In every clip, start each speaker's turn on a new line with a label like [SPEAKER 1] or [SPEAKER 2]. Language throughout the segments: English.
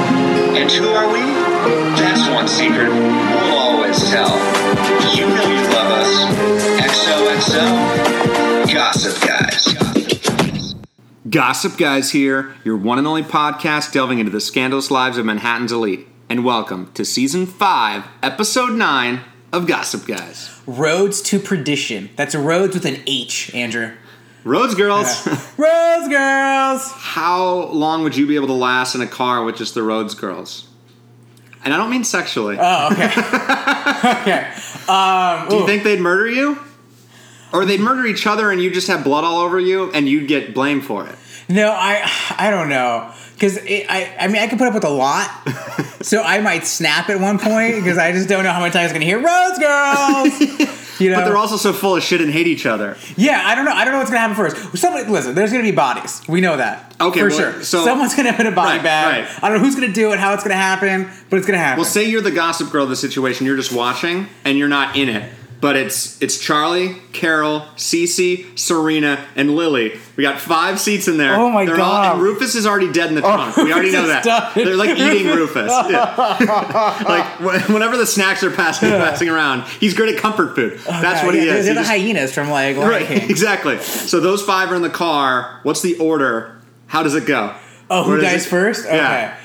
[SPEAKER 1] And who are we? That's one secret we'll always tell. You know you love us. XOXO, Gossip Guys.
[SPEAKER 2] Gossip Guys here, your one and only podcast delving into the scandalous lives of Manhattan's elite. And welcome to Season 5, Episode 9 of Gossip Guys.
[SPEAKER 3] Roads to Perdition. That's roads with an H, Andrew.
[SPEAKER 2] Roads, girls.
[SPEAKER 3] Roads Girls!
[SPEAKER 2] How long would you be able to last in a car with just the Roads girls? And I don't mean sexually.
[SPEAKER 3] Oh, okay. okay. Um,
[SPEAKER 2] Do
[SPEAKER 3] ooh.
[SPEAKER 2] you think they'd murder you? Or they'd murder each other and you just have blood all over you and you'd get blamed for it.
[SPEAKER 3] No, I I don't know. Because I, I mean, I could put up with a lot. so I might snap at one point because I just don't know how many times I'm going to hear Roads Girls! You know?
[SPEAKER 2] But they're also so full of shit and hate each other.
[SPEAKER 3] yeah, I don't know. I don't know what's going to happen first. Somebody, listen, there's going to be bodies. We know that.
[SPEAKER 2] Okay,
[SPEAKER 3] For
[SPEAKER 2] well,
[SPEAKER 3] sure.
[SPEAKER 2] so-
[SPEAKER 3] Someone's going to put a body
[SPEAKER 2] Right,
[SPEAKER 3] bag.
[SPEAKER 2] right.
[SPEAKER 3] I don't know who's going to do it, how it's going to happen, but it's going to happen.
[SPEAKER 2] Well, say you're the gossip girl of the situation, you're just watching and you're not in it. But it's it's Charlie, Carol, Cece, Serena, and Lily. We got five seats in there.
[SPEAKER 3] Oh my
[SPEAKER 2] They're
[SPEAKER 3] God. Oh,
[SPEAKER 2] All, and Rufus is already dead in the trunk. we already
[SPEAKER 3] Rufus
[SPEAKER 2] know
[SPEAKER 3] is
[SPEAKER 2] that.
[SPEAKER 3] dead.
[SPEAKER 2] They're like eating Rufus. Yeah. like wh- whenever the snacks are passing passing around, he's great at comfort food. That's
[SPEAKER 3] Yeah,
[SPEAKER 2] what he
[SPEAKER 3] yeah,
[SPEAKER 2] is. He
[SPEAKER 3] They're the
[SPEAKER 2] just-
[SPEAKER 3] hyenas from like Lion
[SPEAKER 2] right,
[SPEAKER 3] King.
[SPEAKER 2] exactly. So those five are in the car. What's the order? How does it go?
[SPEAKER 3] Oh,
[SPEAKER 2] Where
[SPEAKER 3] who
[SPEAKER 2] does
[SPEAKER 3] dies
[SPEAKER 2] it-
[SPEAKER 3] first? Okay.
[SPEAKER 2] Yeah.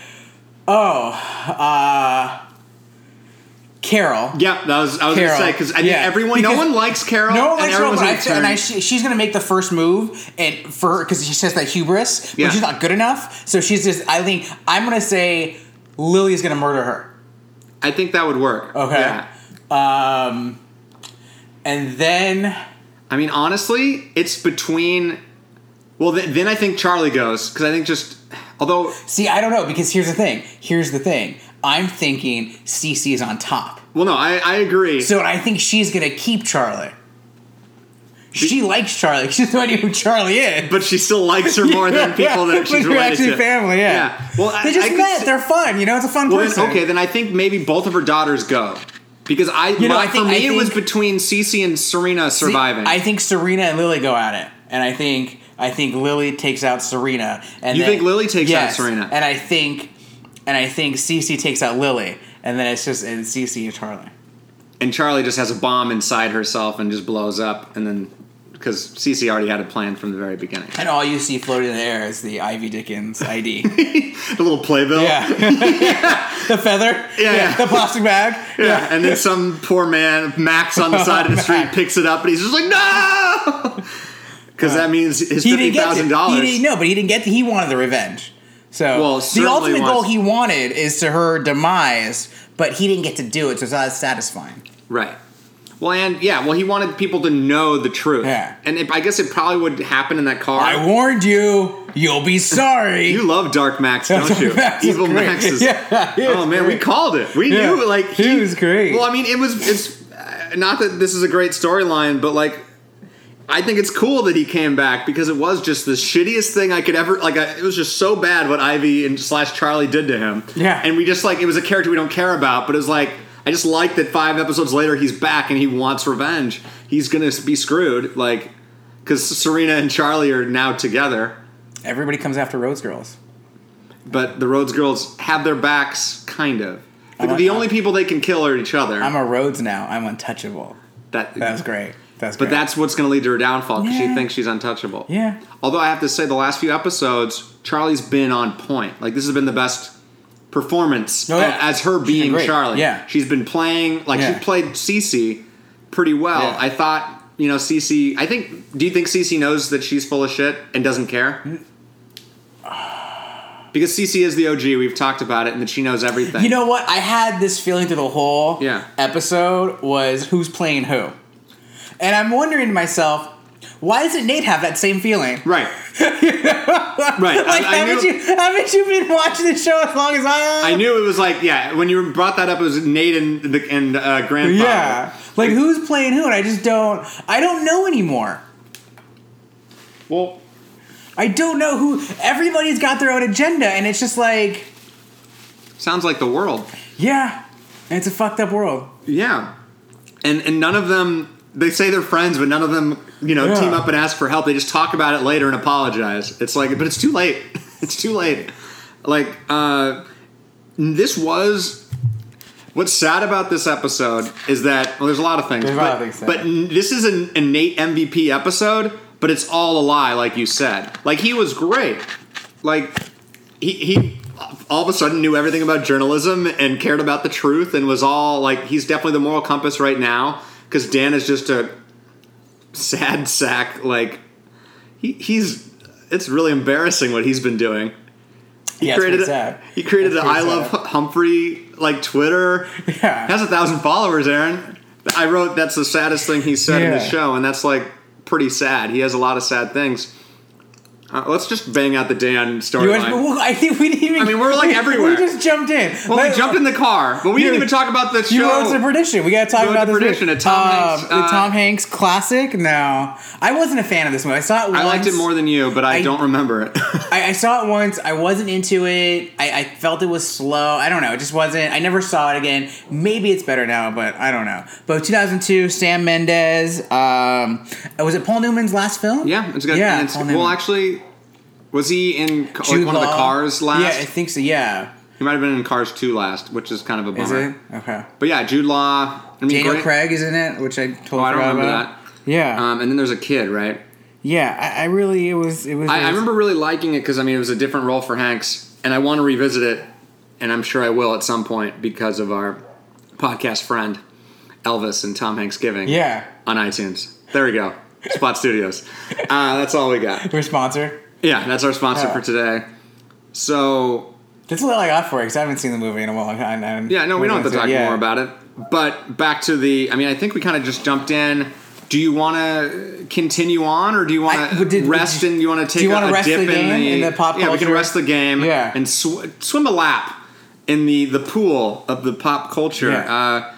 [SPEAKER 3] Oh, uh, Carol.
[SPEAKER 2] Yeah, that was I was
[SPEAKER 3] Carol.
[SPEAKER 2] gonna say because I think
[SPEAKER 3] Yeah.
[SPEAKER 2] everyone, no
[SPEAKER 3] Because-
[SPEAKER 2] one likes Carol.
[SPEAKER 3] No one
[SPEAKER 2] and
[SPEAKER 3] likes Carol,
[SPEAKER 2] everyone's
[SPEAKER 3] but
[SPEAKER 2] in
[SPEAKER 3] I,
[SPEAKER 2] a
[SPEAKER 3] feel- and I,
[SPEAKER 2] turn.
[SPEAKER 3] she, she's gonna make the first move, and for because she says that hubris, but
[SPEAKER 2] Yeah.
[SPEAKER 3] she's not good enough. So she's just. I think I'm gonna say Lily's gonna murder her.
[SPEAKER 2] I think that would work.
[SPEAKER 3] Okay.
[SPEAKER 2] Yeah.
[SPEAKER 3] Um, and then
[SPEAKER 2] I mean, honestly, it's between. Well, th- then I think Charlie goes because I think just although
[SPEAKER 3] see, I don't know because here's the thing. Here's the thing. I'm thinking Cece is on top.
[SPEAKER 2] well no I, I agree
[SPEAKER 3] So I think she's gonna keep Charlie. She likes Charlie. She's the idea who Charlie is.
[SPEAKER 2] but she still likes her more than people that she's
[SPEAKER 3] Like, you're
[SPEAKER 2] related
[SPEAKER 3] actually
[SPEAKER 2] to.
[SPEAKER 3] family. Yeah.
[SPEAKER 2] Well, I-
[SPEAKER 3] they just
[SPEAKER 2] I could
[SPEAKER 3] met.
[SPEAKER 2] see-
[SPEAKER 3] They're fun. You know, it's a fun
[SPEAKER 2] well,
[SPEAKER 3] person.
[SPEAKER 2] then, okay, then I think maybe both of her daughters go because I,
[SPEAKER 3] You know,
[SPEAKER 2] my-
[SPEAKER 3] I think-
[SPEAKER 2] for
[SPEAKER 3] I
[SPEAKER 2] me it was
[SPEAKER 3] think-
[SPEAKER 2] between Cece and Serena
[SPEAKER 3] See,
[SPEAKER 2] surviving.
[SPEAKER 3] I think Serena and Lily go at it, and I think I think Lily takes out Serena. And
[SPEAKER 2] You
[SPEAKER 3] then-
[SPEAKER 2] think Lily takes out
[SPEAKER 3] Yes.
[SPEAKER 2] Serena?
[SPEAKER 3] And I think, and I think Cece takes out Lily, and then it's just and Cece and Charlie.
[SPEAKER 2] and Charlie just has a bomb inside herself and just blows up, and then because Cece already had a plan from the very beginning,
[SPEAKER 3] And all you see floating in the air is the Ivy Dickens ID.
[SPEAKER 2] the little playbill,
[SPEAKER 3] yeah. the feather.
[SPEAKER 2] Yeah, yeah.
[SPEAKER 3] The plastic bag.
[SPEAKER 2] Yeah, and then some poor man, Max, on the side of the street picks it up, and he's just like, "No," because that means his
[SPEAKER 3] Uh, he
[SPEAKER 2] fifty
[SPEAKER 3] didn't get to-
[SPEAKER 2] thousand
[SPEAKER 3] He
[SPEAKER 2] dollars.
[SPEAKER 3] didn't, no, but he didn't get. To, he wanted the revenge. So
[SPEAKER 2] Well,
[SPEAKER 3] the
[SPEAKER 2] certainly
[SPEAKER 3] ultimate goal
[SPEAKER 2] wants-
[SPEAKER 3] he wanted is to her demise, but he didn't get to do it, so it's not as satisfying.
[SPEAKER 2] Right. Well, and yeah, well, he wanted people to know the truth.
[SPEAKER 3] Yeah.
[SPEAKER 2] and it, I guess it probably would happen in that car.
[SPEAKER 3] I warned you. You'll be sorry.
[SPEAKER 2] you love Dark Max, don't
[SPEAKER 3] Dark
[SPEAKER 2] you?
[SPEAKER 3] Max is
[SPEAKER 2] Evil
[SPEAKER 3] great.
[SPEAKER 2] Max is.
[SPEAKER 3] Yeah, he
[SPEAKER 2] oh
[SPEAKER 3] is
[SPEAKER 2] man, we
[SPEAKER 3] great.
[SPEAKER 2] called it. We
[SPEAKER 3] Yeah.
[SPEAKER 2] knew like
[SPEAKER 3] He was great.
[SPEAKER 2] Well, I mean, it was. It's uh, not that this is a great storyline, but like. I think it's cool that he came back because it was just the shittiest thing I could ever like. I, it was just so bad what Ivy and slash Charlie did to him.
[SPEAKER 3] Yeah.
[SPEAKER 2] and we just like it was a character we don't care about, but it was like I just like that five episodes later he's back and he wants revenge. He's gonna be screwed, like because Serena and Charlie are now together.
[SPEAKER 3] Everybody comes after Rose Girls.
[SPEAKER 2] But the Rhodes girls have their backs, kind of. The,
[SPEAKER 3] like
[SPEAKER 2] the
[SPEAKER 3] that.
[SPEAKER 2] only people they can kill are each other.
[SPEAKER 3] I'm a Rhodes now. I'm untouchable.
[SPEAKER 2] that,
[SPEAKER 3] That was great. That's
[SPEAKER 2] But that's what's going to lead to her downfall because she
[SPEAKER 3] Yeah.
[SPEAKER 2] thinks she's untouchable.
[SPEAKER 3] Yeah.
[SPEAKER 2] Although I have to say, the last few episodes, Charlie's been on point. Like this has been the best performance
[SPEAKER 3] Oh, yeah.
[SPEAKER 2] as her
[SPEAKER 3] She's been
[SPEAKER 2] being
[SPEAKER 3] great.
[SPEAKER 2] Charlie.
[SPEAKER 3] Yeah.
[SPEAKER 2] she's been playing like
[SPEAKER 3] Yeah.
[SPEAKER 2] she played Cece pretty well.
[SPEAKER 3] Yeah.
[SPEAKER 2] I thought you know Cece. I think. Do you think Cece knows that she's full of shit and doesn't care?
[SPEAKER 3] Mm.
[SPEAKER 2] Because Cece is the OG, we've talked about it, and that she knows everything.
[SPEAKER 3] You know what? I had this feeling through the whole
[SPEAKER 2] Yeah.
[SPEAKER 3] episode was who's playing who, and I'm wondering to myself, why doesn't Nate have that same feeling?
[SPEAKER 2] right? right.
[SPEAKER 3] like,
[SPEAKER 2] I- I
[SPEAKER 3] haven't
[SPEAKER 2] knew-
[SPEAKER 3] you haven't you been watching the show as long as I have?
[SPEAKER 2] I knew it was like yeah. When you brought that up, it was Nate and the and uh, grandfather.
[SPEAKER 3] Yeah, like who's playing who, and I just don't. I don't know anymore.
[SPEAKER 2] Well,
[SPEAKER 3] I don't know who. Everybody's got their own agenda, and it's just like,
[SPEAKER 2] sounds like the world.
[SPEAKER 3] yeah, and it's a fucked up world.
[SPEAKER 2] Yeah, and and none of them they say they're friends, but none of them you know
[SPEAKER 3] Yeah.
[SPEAKER 2] team up and ask for help. They just talk about it later and apologize. It's like, but it's too late. It's too late. Like, uh, this was what's sad about this episode is that well, there's a lot of things,
[SPEAKER 3] There's a
[SPEAKER 2] but,
[SPEAKER 3] lot of things sad.
[SPEAKER 2] but n- this is an innate MVP episode, but it's all a lie, like you said. Like he was great, like he he all of a sudden knew everything about journalism and cared about the truth and was all like he's definitely the moral compass right now because Dan is just a sad sack like he, he's it's really embarrassing what he's been doing
[SPEAKER 3] yeah,
[SPEAKER 2] created
[SPEAKER 3] it's pretty
[SPEAKER 2] a,
[SPEAKER 3] sad.
[SPEAKER 2] he created an
[SPEAKER 3] That's
[SPEAKER 2] I
[SPEAKER 3] pretty
[SPEAKER 2] love
[SPEAKER 3] sad.
[SPEAKER 2] Humphrey like Twitter.
[SPEAKER 3] Yeah.
[SPEAKER 2] has a thousand followers. Aaron, I wrote that's the saddest thing he said in the
[SPEAKER 3] Yeah.
[SPEAKER 2] show, and that's like pretty sad. He has a lot of sad things. Uh, let's just bang out the Dan
[SPEAKER 3] You want-
[SPEAKER 2] storyline.
[SPEAKER 3] well, I think we didn't even.
[SPEAKER 2] I mean, we're, like,
[SPEAKER 3] we-
[SPEAKER 2] everywhere.
[SPEAKER 3] We just jumped in.
[SPEAKER 2] Well,
[SPEAKER 3] Let-
[SPEAKER 2] we jumped in the car, but we didn't even
[SPEAKER 3] Dude,
[SPEAKER 2] talk about the
[SPEAKER 3] You
[SPEAKER 2] show.
[SPEAKER 3] wrote the prediction. We got to talk
[SPEAKER 2] You wrote
[SPEAKER 3] about
[SPEAKER 2] the
[SPEAKER 3] this
[SPEAKER 2] prediction,
[SPEAKER 3] movie.
[SPEAKER 2] a Tom Hanks,
[SPEAKER 3] Um, the
[SPEAKER 2] uh,
[SPEAKER 3] Tom Hanks classic. No, I wasn't a fan of this movie. I saw it. Once.
[SPEAKER 2] I liked it more than you, but I,
[SPEAKER 3] I-
[SPEAKER 2] don't remember it.
[SPEAKER 3] I, I saw it once. I wasn't into it. I, I felt it was slow. I don't know. It just wasn't. I never saw it again. Maybe it's better now, but I don't know. But 2002, Sam Mendes. Um, was it Paul Newman's last film?
[SPEAKER 2] yeah, it's got.
[SPEAKER 3] Yeah,
[SPEAKER 2] it's,
[SPEAKER 3] Paul
[SPEAKER 2] well,
[SPEAKER 3] Newman.
[SPEAKER 2] actually, was he in ca- like
[SPEAKER 3] Jude
[SPEAKER 2] one of the
[SPEAKER 3] Law.
[SPEAKER 2] Cars last?
[SPEAKER 3] Yeah, I think so. Yeah.
[SPEAKER 2] he might have been in Cars two last, which is kind of a bummer.
[SPEAKER 3] Is it okay?
[SPEAKER 2] But yeah, Jude Law. I mean,
[SPEAKER 3] Daniel
[SPEAKER 2] great-
[SPEAKER 3] Craig is in it, which I totally
[SPEAKER 2] Oh, I don't
[SPEAKER 3] forgot
[SPEAKER 2] remember
[SPEAKER 3] about.
[SPEAKER 2] that.
[SPEAKER 3] Yeah,
[SPEAKER 2] Um, and then there's a kid, right?
[SPEAKER 3] yeah. I, I really, it was, it was.
[SPEAKER 2] I, I remember really liking it because I mean it was a different role for Hanks, and I want to revisit it, and I'm sure I will at some point because of our podcast friend Elvis and Tom Hanks giving
[SPEAKER 3] Yeah,
[SPEAKER 2] on iTunes. There we go, Spot Studios. Uh, that's all we got.
[SPEAKER 3] we're sponsored.
[SPEAKER 2] Yeah, that's our sponsor
[SPEAKER 3] Yeah.
[SPEAKER 2] for today. So
[SPEAKER 3] That's all I got for it because I haven't seen the movie in a long time. and-
[SPEAKER 2] yeah, no, we don't have to talk
[SPEAKER 3] Yeah.
[SPEAKER 2] more about it. But back to the, I mean, I think we kind of just jumped in. Do you want to continue on, or do you want
[SPEAKER 3] I- but
[SPEAKER 2] to
[SPEAKER 3] did-
[SPEAKER 2] rest
[SPEAKER 3] did-
[SPEAKER 2] and you want to take
[SPEAKER 3] you
[SPEAKER 2] a,
[SPEAKER 3] wanna
[SPEAKER 2] a
[SPEAKER 3] rest
[SPEAKER 2] dip
[SPEAKER 3] the game
[SPEAKER 2] in, the,
[SPEAKER 3] in the pop
[SPEAKER 2] Yeah, we can
[SPEAKER 3] culture?
[SPEAKER 2] rest the game.
[SPEAKER 3] Yeah.
[SPEAKER 2] and sw- swim a lap in the the pool of the pop culture.
[SPEAKER 3] Yeah.
[SPEAKER 2] Uh,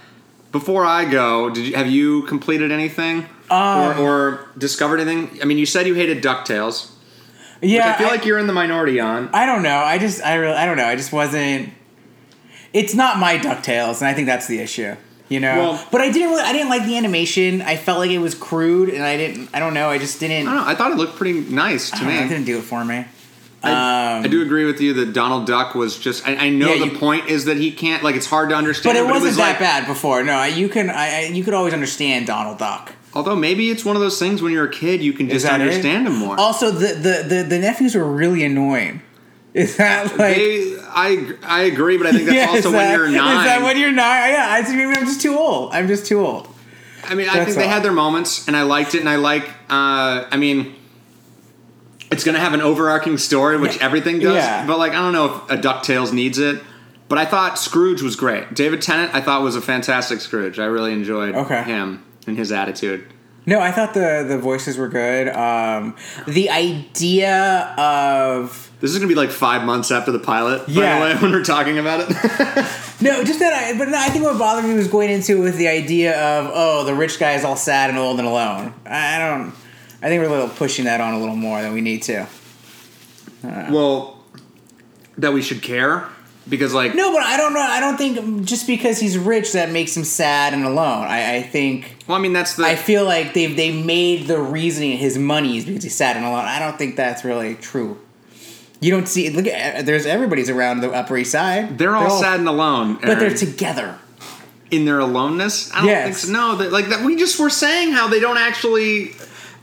[SPEAKER 2] before I go, did you, have you completed anything or,
[SPEAKER 3] Um,
[SPEAKER 2] or discovered anything? I mean, you said you hated Ducktales.
[SPEAKER 3] Yeah,
[SPEAKER 2] which I feel like you're in the minority on.
[SPEAKER 3] I don't know. I just, I really, I don't know. I just wasn't. It's not my Ducktales, and I think that's the issue. You know,
[SPEAKER 2] Well-
[SPEAKER 3] but I didn't. Really, I didn't like the animation. I felt like it was crude, and I didn't. I don't know. I just didn't.
[SPEAKER 2] I don't know. I thought it looked pretty nice to
[SPEAKER 3] I don't know,
[SPEAKER 2] me.
[SPEAKER 3] it didn't do it for me.
[SPEAKER 2] I,
[SPEAKER 3] Um,
[SPEAKER 2] I do agree with you that Donald Duck was just. I, I know
[SPEAKER 3] Yeah,
[SPEAKER 2] the
[SPEAKER 3] you-
[SPEAKER 2] point is that he can't. Like it's hard to understand.
[SPEAKER 3] But it wasn't
[SPEAKER 2] was
[SPEAKER 3] that
[SPEAKER 2] like-
[SPEAKER 3] bad before. No, I- you can. I, I you could always understand Donald Duck.
[SPEAKER 2] Although maybe it's one of those things when you're a kid, you can
[SPEAKER 3] Is
[SPEAKER 2] just
[SPEAKER 3] that it? Oh,
[SPEAKER 2] understand him more.
[SPEAKER 3] Also, the, the the the nephews were really annoying. Is that like?
[SPEAKER 2] They- I I agree, but I think that's
[SPEAKER 3] Yeah,
[SPEAKER 2] also
[SPEAKER 3] is
[SPEAKER 2] when
[SPEAKER 3] that-
[SPEAKER 2] you're nine.
[SPEAKER 3] Is that when you're nine? Oh, Yeah, I think maybe I'm just too old. I'm just too old.
[SPEAKER 2] I mean, I
[SPEAKER 3] That's
[SPEAKER 2] think they
[SPEAKER 3] all.
[SPEAKER 2] had their moments, and I liked it, and I like. Uh, I mean, it's going to have an overarching story, which everything does.
[SPEAKER 3] Yeah.
[SPEAKER 2] But like, I don't know if a Ducktales needs it. But I thought Scrooge was great. David Tennant, I thought was a fantastic Scrooge. I really enjoyed
[SPEAKER 3] Okay.
[SPEAKER 2] him and his attitude.
[SPEAKER 3] No, I thought the the voices were good. Um, the idea of
[SPEAKER 2] This is gonna be like five months after the pilot.
[SPEAKER 3] Yeah.
[SPEAKER 2] By the way, when we're talking about it,
[SPEAKER 3] no, just that. I, but no, I think what bothered me was going into it with the idea of oh, the rich guy is all sad and old and alone. I, I don't. I think we're a little pushing that on a little more than we need to.
[SPEAKER 2] well, that we should care because like
[SPEAKER 3] No, but I don't know. I don't think just because he's rich that makes him sad and alone. I, I think
[SPEAKER 2] well, I mean that's the
[SPEAKER 3] I feel like they they made the reasoning his money is because he's sad and alone. I don't think that's really true. You don't see look at uh, there's everybody's around the Upper East Side.
[SPEAKER 2] they're, all sad and alone,
[SPEAKER 3] but they're
[SPEAKER 2] Aaron.
[SPEAKER 3] together.
[SPEAKER 2] in their aloneness. I don't
[SPEAKER 3] Yes.
[SPEAKER 2] think so. No, that like that we just were saying how they don't actually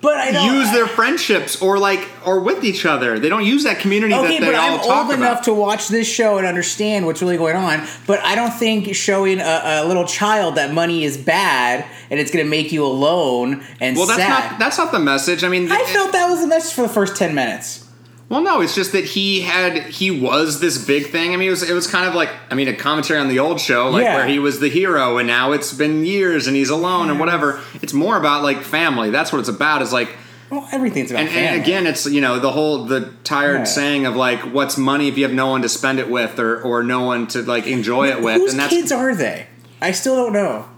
[SPEAKER 3] But I don't,
[SPEAKER 2] use their friendships or like or with each other. They don't use that community
[SPEAKER 3] okay,
[SPEAKER 2] that they
[SPEAKER 3] but
[SPEAKER 2] all
[SPEAKER 3] I'm
[SPEAKER 2] talk
[SPEAKER 3] old
[SPEAKER 2] about.
[SPEAKER 3] enough to watch this show and understand what's really going on. But I don't think showing a, a little child that money is bad and it's going to make you alone and
[SPEAKER 2] well, that's
[SPEAKER 3] sad.
[SPEAKER 2] not that's not the message. I mean,
[SPEAKER 3] I
[SPEAKER 2] it-
[SPEAKER 3] felt that was the message for the first ten minutes.
[SPEAKER 2] Well, no, it's just that he had he was this big thing. I mean, it was it was kind of like I mean a commentary on the old show, like
[SPEAKER 3] Yeah.
[SPEAKER 2] where he was the hero, and now it's been years, and he's alone, and whatever. It's more about like family. That's what it's about. Is like,
[SPEAKER 3] Well, everything's about
[SPEAKER 2] and,
[SPEAKER 3] family.
[SPEAKER 2] and again, it's you know the whole the tired
[SPEAKER 3] Yeah.
[SPEAKER 2] saying of like, what's money if you have no one to spend it with, or or no one to like enjoy it with,
[SPEAKER 3] whose
[SPEAKER 2] and that's
[SPEAKER 3] kids are they? I still don't know.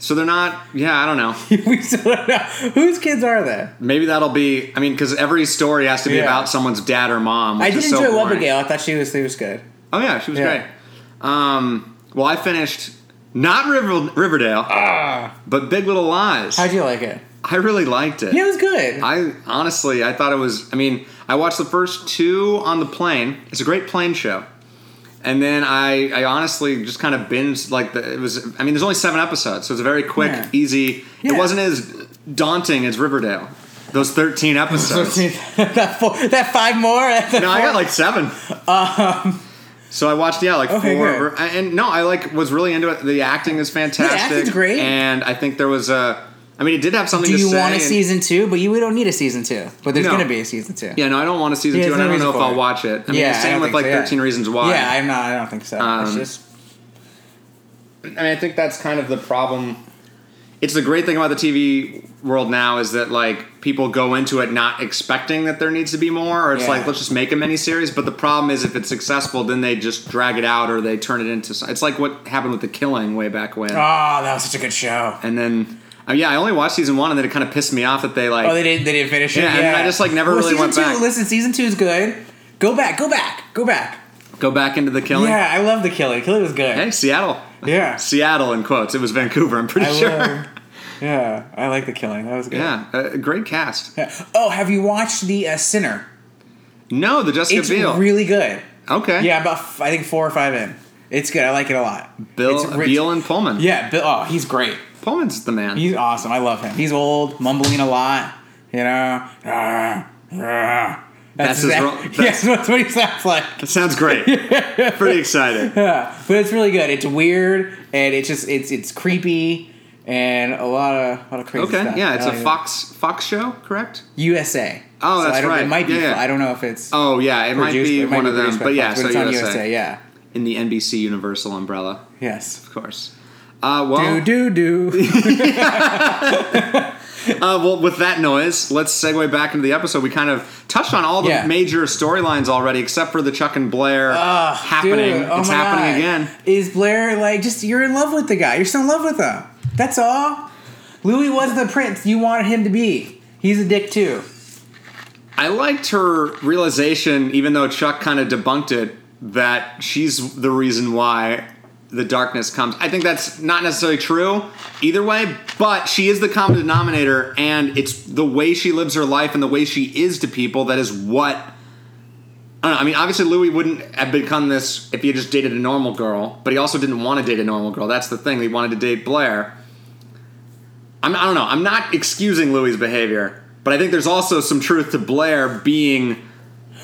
[SPEAKER 2] so they're not. Yeah, I don't know.
[SPEAKER 3] we still don't know whose kids are they.
[SPEAKER 2] Maybe that'll be. I mean, because every story has to be
[SPEAKER 3] Yeah.
[SPEAKER 2] about someone's dad or mom.
[SPEAKER 3] I
[SPEAKER 2] which
[SPEAKER 3] did
[SPEAKER 2] is so
[SPEAKER 3] enjoy
[SPEAKER 2] boring.
[SPEAKER 3] Wubba Gale. I thought she was she was good.
[SPEAKER 2] Oh yeah, she was
[SPEAKER 3] Yeah.
[SPEAKER 2] great. Um, well, I finished not River, Riverdale,
[SPEAKER 3] Ah.
[SPEAKER 2] but Big Little Lies.
[SPEAKER 3] How'd you like it?
[SPEAKER 2] I really liked it.
[SPEAKER 3] Yeah, it was good.
[SPEAKER 2] I honestly, I thought it was. I mean, I watched the first two on the plane. It's a great plane show, And then I, I honestly just kind of binged like the, it was. I mean, there's only seven episodes, so it's a very quick,
[SPEAKER 3] Yeah.
[SPEAKER 2] easy.
[SPEAKER 3] Yeah.
[SPEAKER 2] It wasn't as daunting as Riverdale. Those 13 episodes.
[SPEAKER 3] that, four, that five more.
[SPEAKER 2] no, I got like seven. so I watched yeah like
[SPEAKER 3] Um, Okay,
[SPEAKER 2] four.
[SPEAKER 3] good.
[SPEAKER 2] And no, I like was really into it. The acting is fantastic.
[SPEAKER 3] acting's great.
[SPEAKER 2] And I think there was a. I mean, it did have something
[SPEAKER 3] Do
[SPEAKER 2] to
[SPEAKER 3] you
[SPEAKER 2] say.
[SPEAKER 3] want a
[SPEAKER 2] and-
[SPEAKER 3] season two? But you we don't need a season two. But there's
[SPEAKER 2] No.
[SPEAKER 3] gonna be a season two.
[SPEAKER 2] Yeah, no, I don't want a season
[SPEAKER 3] Yeah,
[SPEAKER 2] two,
[SPEAKER 3] there's
[SPEAKER 2] and
[SPEAKER 3] no
[SPEAKER 2] I don't know
[SPEAKER 3] reason
[SPEAKER 2] if
[SPEAKER 3] for
[SPEAKER 2] I'll
[SPEAKER 3] it.
[SPEAKER 2] watch it. I mean,
[SPEAKER 3] Yeah, I
[SPEAKER 2] the same
[SPEAKER 3] don't
[SPEAKER 2] with
[SPEAKER 3] think
[SPEAKER 2] like
[SPEAKER 3] so, yeah.
[SPEAKER 2] 13 Reasons Why.
[SPEAKER 3] Yeah, I'm not. I don't think so. it's
[SPEAKER 2] Um,
[SPEAKER 3] just
[SPEAKER 2] I mean, I think that's kind of the problem. It's the great thing about the TV world now is that like people go into it not expecting that there needs to be more, or it's
[SPEAKER 3] Yeah.
[SPEAKER 2] like let's just make a miniseries. But the problem is if it's successful, then they just drag it out or they turn it into. some- It's like what happened with The Killing way back when,
[SPEAKER 3] oh, that was such a good show.
[SPEAKER 2] and then uh, yeah, I only watched season one, and then it kind of pissed me off that they like
[SPEAKER 3] Oh, they didn't. They didn't finish it.
[SPEAKER 2] Yeah, and I just, like, never
[SPEAKER 3] well,
[SPEAKER 2] really
[SPEAKER 3] season
[SPEAKER 2] went
[SPEAKER 3] two,
[SPEAKER 2] back.
[SPEAKER 3] Listen, season two is good. Go back. Go back. Go back.
[SPEAKER 2] go back into The Killing.
[SPEAKER 3] Yeah, I love the Killing. Killing was good.
[SPEAKER 2] Hey, Seattle.
[SPEAKER 3] Yeah.
[SPEAKER 2] Seattle in quotes. It was Vancouver. I'm pretty
[SPEAKER 3] I
[SPEAKER 2] sure.
[SPEAKER 3] love. Yeah, I like the Killing. That was good.
[SPEAKER 2] Yeah, uh, great cast.
[SPEAKER 3] Yeah. Oh, have you watched the uh, Sinner?
[SPEAKER 2] No, the Jessica
[SPEAKER 3] It's
[SPEAKER 2] Biel.
[SPEAKER 3] really good.
[SPEAKER 2] okay.
[SPEAKER 3] Yeah, about f- I think four or five in. It's good. I like it a lot.
[SPEAKER 2] Bill,
[SPEAKER 3] It's rich-
[SPEAKER 2] Biel and Pullman.
[SPEAKER 3] Yeah, Bill. Oh, he's great.
[SPEAKER 2] Pullman's the man.
[SPEAKER 3] He's awesome. I love him. He's old, mumbling a lot. You know. Arr, arr.
[SPEAKER 2] That's his role-
[SPEAKER 3] That's, yes, that's what he sounds like.
[SPEAKER 2] that sounds great. Pretty excited.
[SPEAKER 3] Yeah, but it's really good. It's weird and it's just it's it's creepy and a lot of a lot of crazy
[SPEAKER 2] Okay,
[SPEAKER 3] stuff. Oh,
[SPEAKER 2] yeah,
[SPEAKER 3] I
[SPEAKER 2] it's
[SPEAKER 3] like
[SPEAKER 2] a
[SPEAKER 3] it.
[SPEAKER 2] Fox Fox show, correct?
[SPEAKER 3] USA.
[SPEAKER 2] Oh, that's
[SPEAKER 3] I don't, It
[SPEAKER 2] right.
[SPEAKER 3] might be.
[SPEAKER 2] Yeah, yeah.
[SPEAKER 3] I don't know if it's.
[SPEAKER 2] Oh yeah, it might
[SPEAKER 3] produced,
[SPEAKER 2] be
[SPEAKER 3] but it might
[SPEAKER 2] one of them,
[SPEAKER 3] produced by
[SPEAKER 2] but yeah,
[SPEAKER 3] Fox,
[SPEAKER 2] so
[SPEAKER 3] it's on
[SPEAKER 2] USA.
[SPEAKER 3] USA. Yeah.
[SPEAKER 2] in the NBC Universal umbrella,
[SPEAKER 3] Yes.
[SPEAKER 2] of course. Uh, well,
[SPEAKER 3] Do do do.
[SPEAKER 2] Uh, well, with that noise, let's segue back into the episode. We kind of touched on all the
[SPEAKER 3] Yeah.
[SPEAKER 2] major storylines already, except for the Chuck and Blair happening.
[SPEAKER 3] Dude, oh
[SPEAKER 2] it's
[SPEAKER 3] my
[SPEAKER 2] happening
[SPEAKER 3] God.
[SPEAKER 2] again.
[SPEAKER 3] Is Blair like just you're in love with the guy? You're still in love with him. That's all. Louis was the prince you wanted him to be. He's a dick too.
[SPEAKER 2] I liked her realization, even though Chuck kind of debunked it, that she's the reason why the darkness comes. I think that's not necessarily true either way, but she is the common denominator, and it's the way she lives her life and the way she is to people that is what. I don't know. I mean, obviously, Louis wouldn't have become this if he had just dated a normal girl, but he also didn't want to date a normal girl. That's the thing. He wanted to date Blair. I'm, I don't know. I'm not excusing Louis' behavior, but I think there's also some truth to Blair being.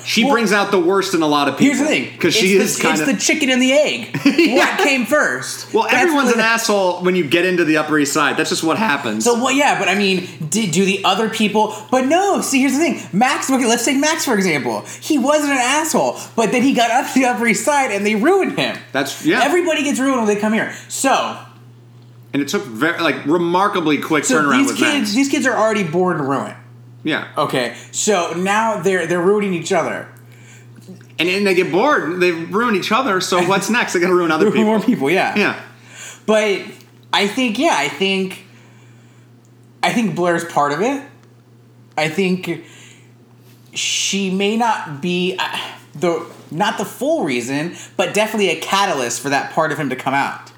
[SPEAKER 2] She
[SPEAKER 3] Well,
[SPEAKER 2] brings out the worst in a lot of people.
[SPEAKER 3] Here's the thing.
[SPEAKER 2] because she
[SPEAKER 3] It's
[SPEAKER 2] is
[SPEAKER 3] the,
[SPEAKER 2] kind
[SPEAKER 3] it's the
[SPEAKER 2] of.
[SPEAKER 3] chicken and the egg. What came first?
[SPEAKER 2] Well,
[SPEAKER 3] That's
[SPEAKER 2] everyone's
[SPEAKER 3] what-
[SPEAKER 2] an asshole when you get into the Upper East Side. That's just what happens.
[SPEAKER 3] So well, yeah, but I mean, did do the other people? But no. See, here's the thing. Max. Okay, let's take Max for example. He wasn't an asshole, but then he got up to the Upper East Side and they ruined him.
[SPEAKER 2] That's yeah.
[SPEAKER 3] Everybody gets ruined when they come here. So
[SPEAKER 2] and it took very like remarkably quick
[SPEAKER 3] So
[SPEAKER 2] turnaround
[SPEAKER 3] these
[SPEAKER 2] with
[SPEAKER 3] kids,
[SPEAKER 2] Max.
[SPEAKER 3] these kids are already born ruined.
[SPEAKER 2] Yeah.
[SPEAKER 3] Okay, so now they're they're ruining each other.
[SPEAKER 2] And, and they get bored. They ruin each other. So what's next? They're gonna ruin other people.
[SPEAKER 3] More people, yeah.
[SPEAKER 2] Yeah.
[SPEAKER 3] But I think, yeah, I think, I think Blair's part of it. I think she may not be uh, the not the full reason, but definitely a catalyst for that part of him to come out.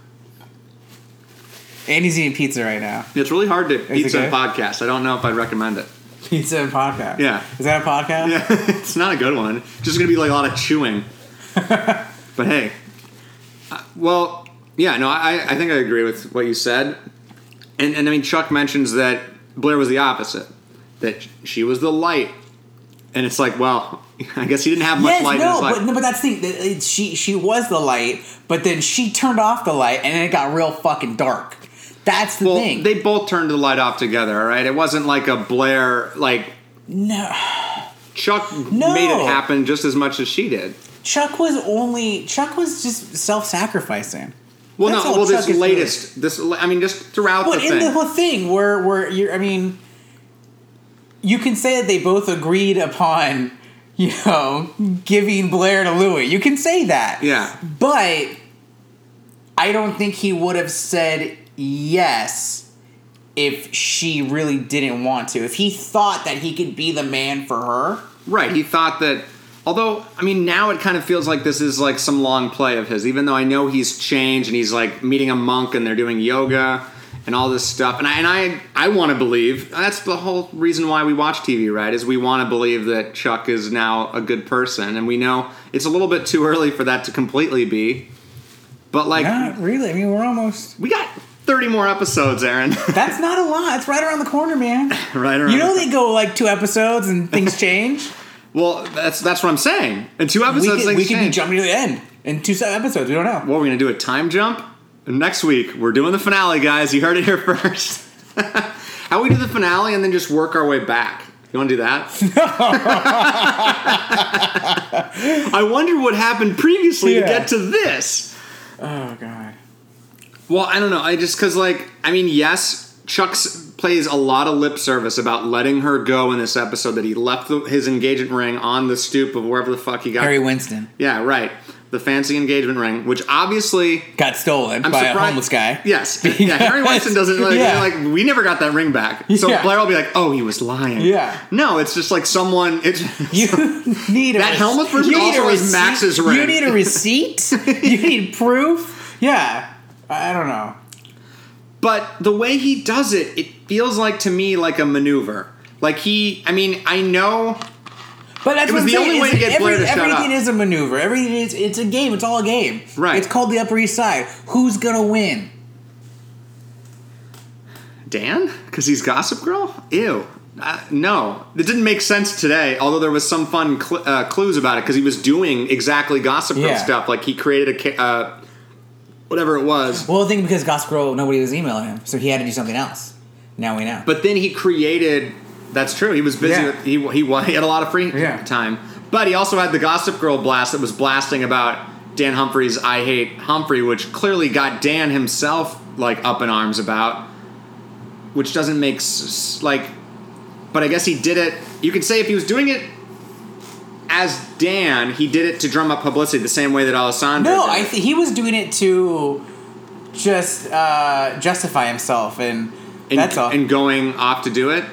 [SPEAKER 3] And he's eating pizza right now.
[SPEAKER 2] It's really hard to pizza
[SPEAKER 3] okay?
[SPEAKER 2] and podcast. I don't know if I'd recommend it.
[SPEAKER 3] Pizza and podcast.
[SPEAKER 2] Yeah.
[SPEAKER 3] Is that a podcast?
[SPEAKER 2] Yeah, it's not a good one. Just gonna be like a lot of chewing. but hey, Uh, well, yeah, no, I, I think I agree with what you said, and and I mean Chuck mentions that Blair was the opposite, that she was the light, and it's like, well, I guess he didn't have much
[SPEAKER 3] Yes,
[SPEAKER 2] light in
[SPEAKER 3] no,
[SPEAKER 2] his life.
[SPEAKER 3] but no, but that's the thing. that it- She she was the light, but then she turned off the light, and then it got real fucking dark. That's the
[SPEAKER 2] well,
[SPEAKER 3] thing.
[SPEAKER 2] they both turned the light off together. All right, it wasn't like a Blair like
[SPEAKER 3] no,
[SPEAKER 2] Chuck
[SPEAKER 3] No.
[SPEAKER 2] made it happen just as much as she did.
[SPEAKER 3] Chuck was only Chuck was just self sacrificing.
[SPEAKER 2] Well,
[SPEAKER 3] That's
[SPEAKER 2] no,
[SPEAKER 3] all
[SPEAKER 2] well,
[SPEAKER 3] Chuck
[SPEAKER 2] this
[SPEAKER 3] is doing.
[SPEAKER 2] latest, this I mean, just throughout
[SPEAKER 3] But
[SPEAKER 2] the
[SPEAKER 3] in
[SPEAKER 2] thing.
[SPEAKER 3] the whole thing, where where you are I mean, you can say that they both agreed upon, you know, giving Blair to Louis. You can say that.
[SPEAKER 2] Yeah.
[SPEAKER 3] But I don't think he would have said yes if she really didn't want to. If he thought that he could be the man for her.
[SPEAKER 2] Right. He thought that. Although, I mean, now it kind of feels like this is like some long play of his, even though I know he's changed and he's like meeting a monk and they're doing yoga and all this stuff. And I and I I want to believe that's the whole reason why we watch TV, right? Is we want to believe that Chuck is now a good person, and we know it's a little bit too early for that to completely be. But like
[SPEAKER 3] Not really. I mean, we're almost.
[SPEAKER 2] we got thirty more episodes, Aaron.
[SPEAKER 3] That's not a lot. It's right around the corner, man.
[SPEAKER 2] right around.
[SPEAKER 3] You know
[SPEAKER 2] the-
[SPEAKER 3] they go like two episodes and things change.
[SPEAKER 2] well, that's that's what I'm saying. In two
[SPEAKER 3] we
[SPEAKER 2] episodes,
[SPEAKER 3] could,
[SPEAKER 2] things
[SPEAKER 3] we could be
[SPEAKER 2] change.
[SPEAKER 3] jumping to the end in two se- episodes. We don't know.
[SPEAKER 2] what we're gonna do a time jump next week we're doing the finale guys you heard it here first how we do the finale and then just work our way back you want to do that i wonder what happened previously to
[SPEAKER 3] Yeah.
[SPEAKER 2] get to this
[SPEAKER 3] Oh god.
[SPEAKER 2] well i don't know i just because like i mean yes chuck's plays a lot of lip service about letting her go in this episode that he left the, his engagement ring on the stoop of wherever the fuck he got
[SPEAKER 3] Harry Winston
[SPEAKER 2] yeah right the fancy engagement ring which obviously
[SPEAKER 3] got stolen by a
[SPEAKER 2] surprised-
[SPEAKER 3] homeless guy.
[SPEAKER 2] Yes, yeah. Harry Winston doesn't like,
[SPEAKER 3] Yeah.
[SPEAKER 2] like. We never got that ring back. So
[SPEAKER 3] Yeah.
[SPEAKER 2] Blair will be like, "Oh, he was lying."
[SPEAKER 3] Yeah.
[SPEAKER 2] No, it's just like someone. It's
[SPEAKER 3] You need a
[SPEAKER 2] That helmet person
[SPEAKER 3] you need
[SPEAKER 2] also
[SPEAKER 3] a
[SPEAKER 2] has
[SPEAKER 3] receipt-
[SPEAKER 2] Max's ring.
[SPEAKER 3] You need a receipt. you need proof. Yeah, I I don't know.
[SPEAKER 2] but the way he does it, it feels like to me like a maneuver. Like he, I mean, I know.
[SPEAKER 3] But that's
[SPEAKER 2] It was
[SPEAKER 3] what I'm
[SPEAKER 2] the
[SPEAKER 3] saying,
[SPEAKER 2] only
[SPEAKER 3] is
[SPEAKER 2] way to get Blair to shut
[SPEAKER 3] Everything
[SPEAKER 2] up.
[SPEAKER 3] is a maneuver. Everything is it's a game. It's all a game.
[SPEAKER 2] Right.
[SPEAKER 3] It's called the Upper East Side. Who's gonna win?
[SPEAKER 2] Dan? Because he's Gossip Girl? Ew. Uh, no, it didn't make sense today. Although there was some fun cl- uh, clues about it because he was doing exactly Gossip Girl
[SPEAKER 3] Yeah.
[SPEAKER 2] stuff. Like he created a ca- uh, whatever it was.
[SPEAKER 3] Well, I think because Gossip Girl, nobody was emailing him, so he had to do something else. Now we know.
[SPEAKER 2] But then he created. That's true. He was busy.
[SPEAKER 3] Yeah.
[SPEAKER 2] With, he he wa- he had a lot of free
[SPEAKER 3] Yeah.
[SPEAKER 2] time. But he also had the Gossip Girl blast that was blasting about Dan Humphrey's "I Hate Humphrey," which clearly got Dan himself like up in arms about, which doesn't make s- s- like. But I guess he did it. You could say if he was doing it as Dan, he did it to drum up publicity, the same way that Alessandro.
[SPEAKER 3] no,
[SPEAKER 2] did
[SPEAKER 3] I
[SPEAKER 2] it.
[SPEAKER 3] th- he was doing it to just uh, justify himself, and,
[SPEAKER 2] and,
[SPEAKER 3] that's all.
[SPEAKER 2] and going off to do it.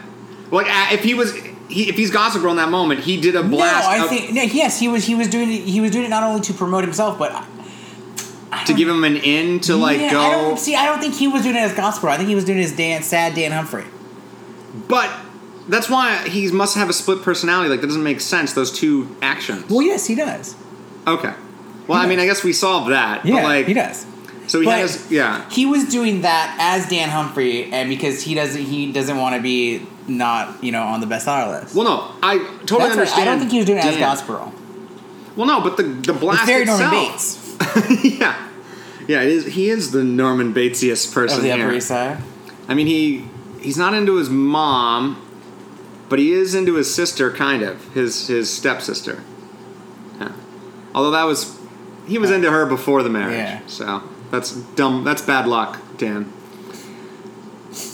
[SPEAKER 2] Like uh, if he was, he, if he's Gossip Girl in that moment, he did a blast
[SPEAKER 3] no, I
[SPEAKER 2] out
[SPEAKER 3] think no, yes, he was he was doing it, he was doing it not only to promote himself, but
[SPEAKER 2] to give him an in to like
[SPEAKER 3] Yeah, I
[SPEAKER 2] go.
[SPEAKER 3] don't, see, I don't think he was doing it as Gossip Girl. I think he was doing it as Dan, sad Dan Humphrey.
[SPEAKER 2] But that's why he must have a split personality. Like that doesn't make sense. Those two actions.
[SPEAKER 3] Well, yes, he does.
[SPEAKER 2] Okay. Well, I mean, I guess we solved that.
[SPEAKER 3] Yeah,
[SPEAKER 2] but like,
[SPEAKER 3] he does.
[SPEAKER 2] So he
[SPEAKER 3] But-
[SPEAKER 2] has, yeah.
[SPEAKER 3] He was doing that as Dan Humphrey, and because he doesn't, he doesn't want to be not you know on the bestseller list.
[SPEAKER 2] Well, no, I totally
[SPEAKER 3] That's right.
[SPEAKER 2] understand.
[SPEAKER 3] I don't think he was doing it as
[SPEAKER 2] Dan.
[SPEAKER 3] Gossip Girl.
[SPEAKER 2] Well, no, but the the blast
[SPEAKER 3] It's very Norman
[SPEAKER 2] itself.
[SPEAKER 3] Bates
[SPEAKER 2] yeah, yeah. It is. He is the Norman Batesiest person
[SPEAKER 3] of the
[SPEAKER 2] here.
[SPEAKER 3] Upper East Side.
[SPEAKER 2] I mean, he he's not into his mom, but he is into his sister, kind of his his stepsister. Yeah. Although that was he was into her before the marriage,
[SPEAKER 3] Yeah.
[SPEAKER 2] so that's dumb. That's bad luck, Dan.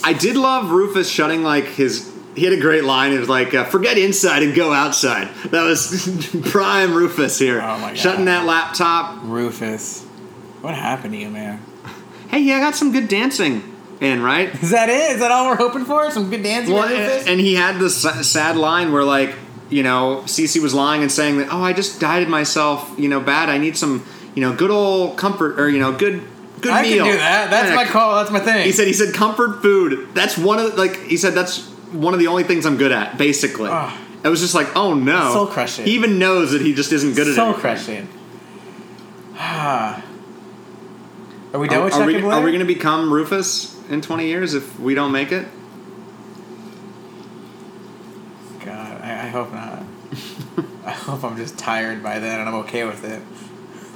[SPEAKER 2] I did love Rufus shutting like his. He had a great line. It was like, uh, "Forget inside and go outside." That was prime Rufus here,
[SPEAKER 3] Oh my God.
[SPEAKER 2] shutting that laptop.
[SPEAKER 3] Rufus, what happened to you, man?
[SPEAKER 2] Hey, yeah, I got some good dancing in, right?
[SPEAKER 3] Is that it? Is that all we're hoping for? Some good dancing,
[SPEAKER 2] Well,
[SPEAKER 3] by Rufus?
[SPEAKER 2] and, and he had this sa- sad line where, like, you know, Cece was lying and saying that, oh, I just dieted myself, you know, bad. I need some, you know, good old comfort or, you know, good, good
[SPEAKER 3] I
[SPEAKER 2] meal.
[SPEAKER 3] can do that. That's
[SPEAKER 2] Yeah.
[SPEAKER 3] my call. That's my thing.
[SPEAKER 2] He said, he said, comfort food. That's one of, the, like, he said, that's one of the only things I'm good at, basically.
[SPEAKER 3] Ugh.
[SPEAKER 2] It was just like, oh no.
[SPEAKER 3] Soul crushing.
[SPEAKER 2] He even knows that he just isn't good at
[SPEAKER 3] soul
[SPEAKER 2] it.
[SPEAKER 3] crushing. Ah. Are we done
[SPEAKER 2] Are,
[SPEAKER 3] with
[SPEAKER 2] are
[SPEAKER 3] Chuck
[SPEAKER 2] we,
[SPEAKER 3] and Blair?
[SPEAKER 2] are we going to become Rufus in 20 years if we don't make it?
[SPEAKER 3] God, I, I hope not. I hope I'm just tired by then and I'm okay with it.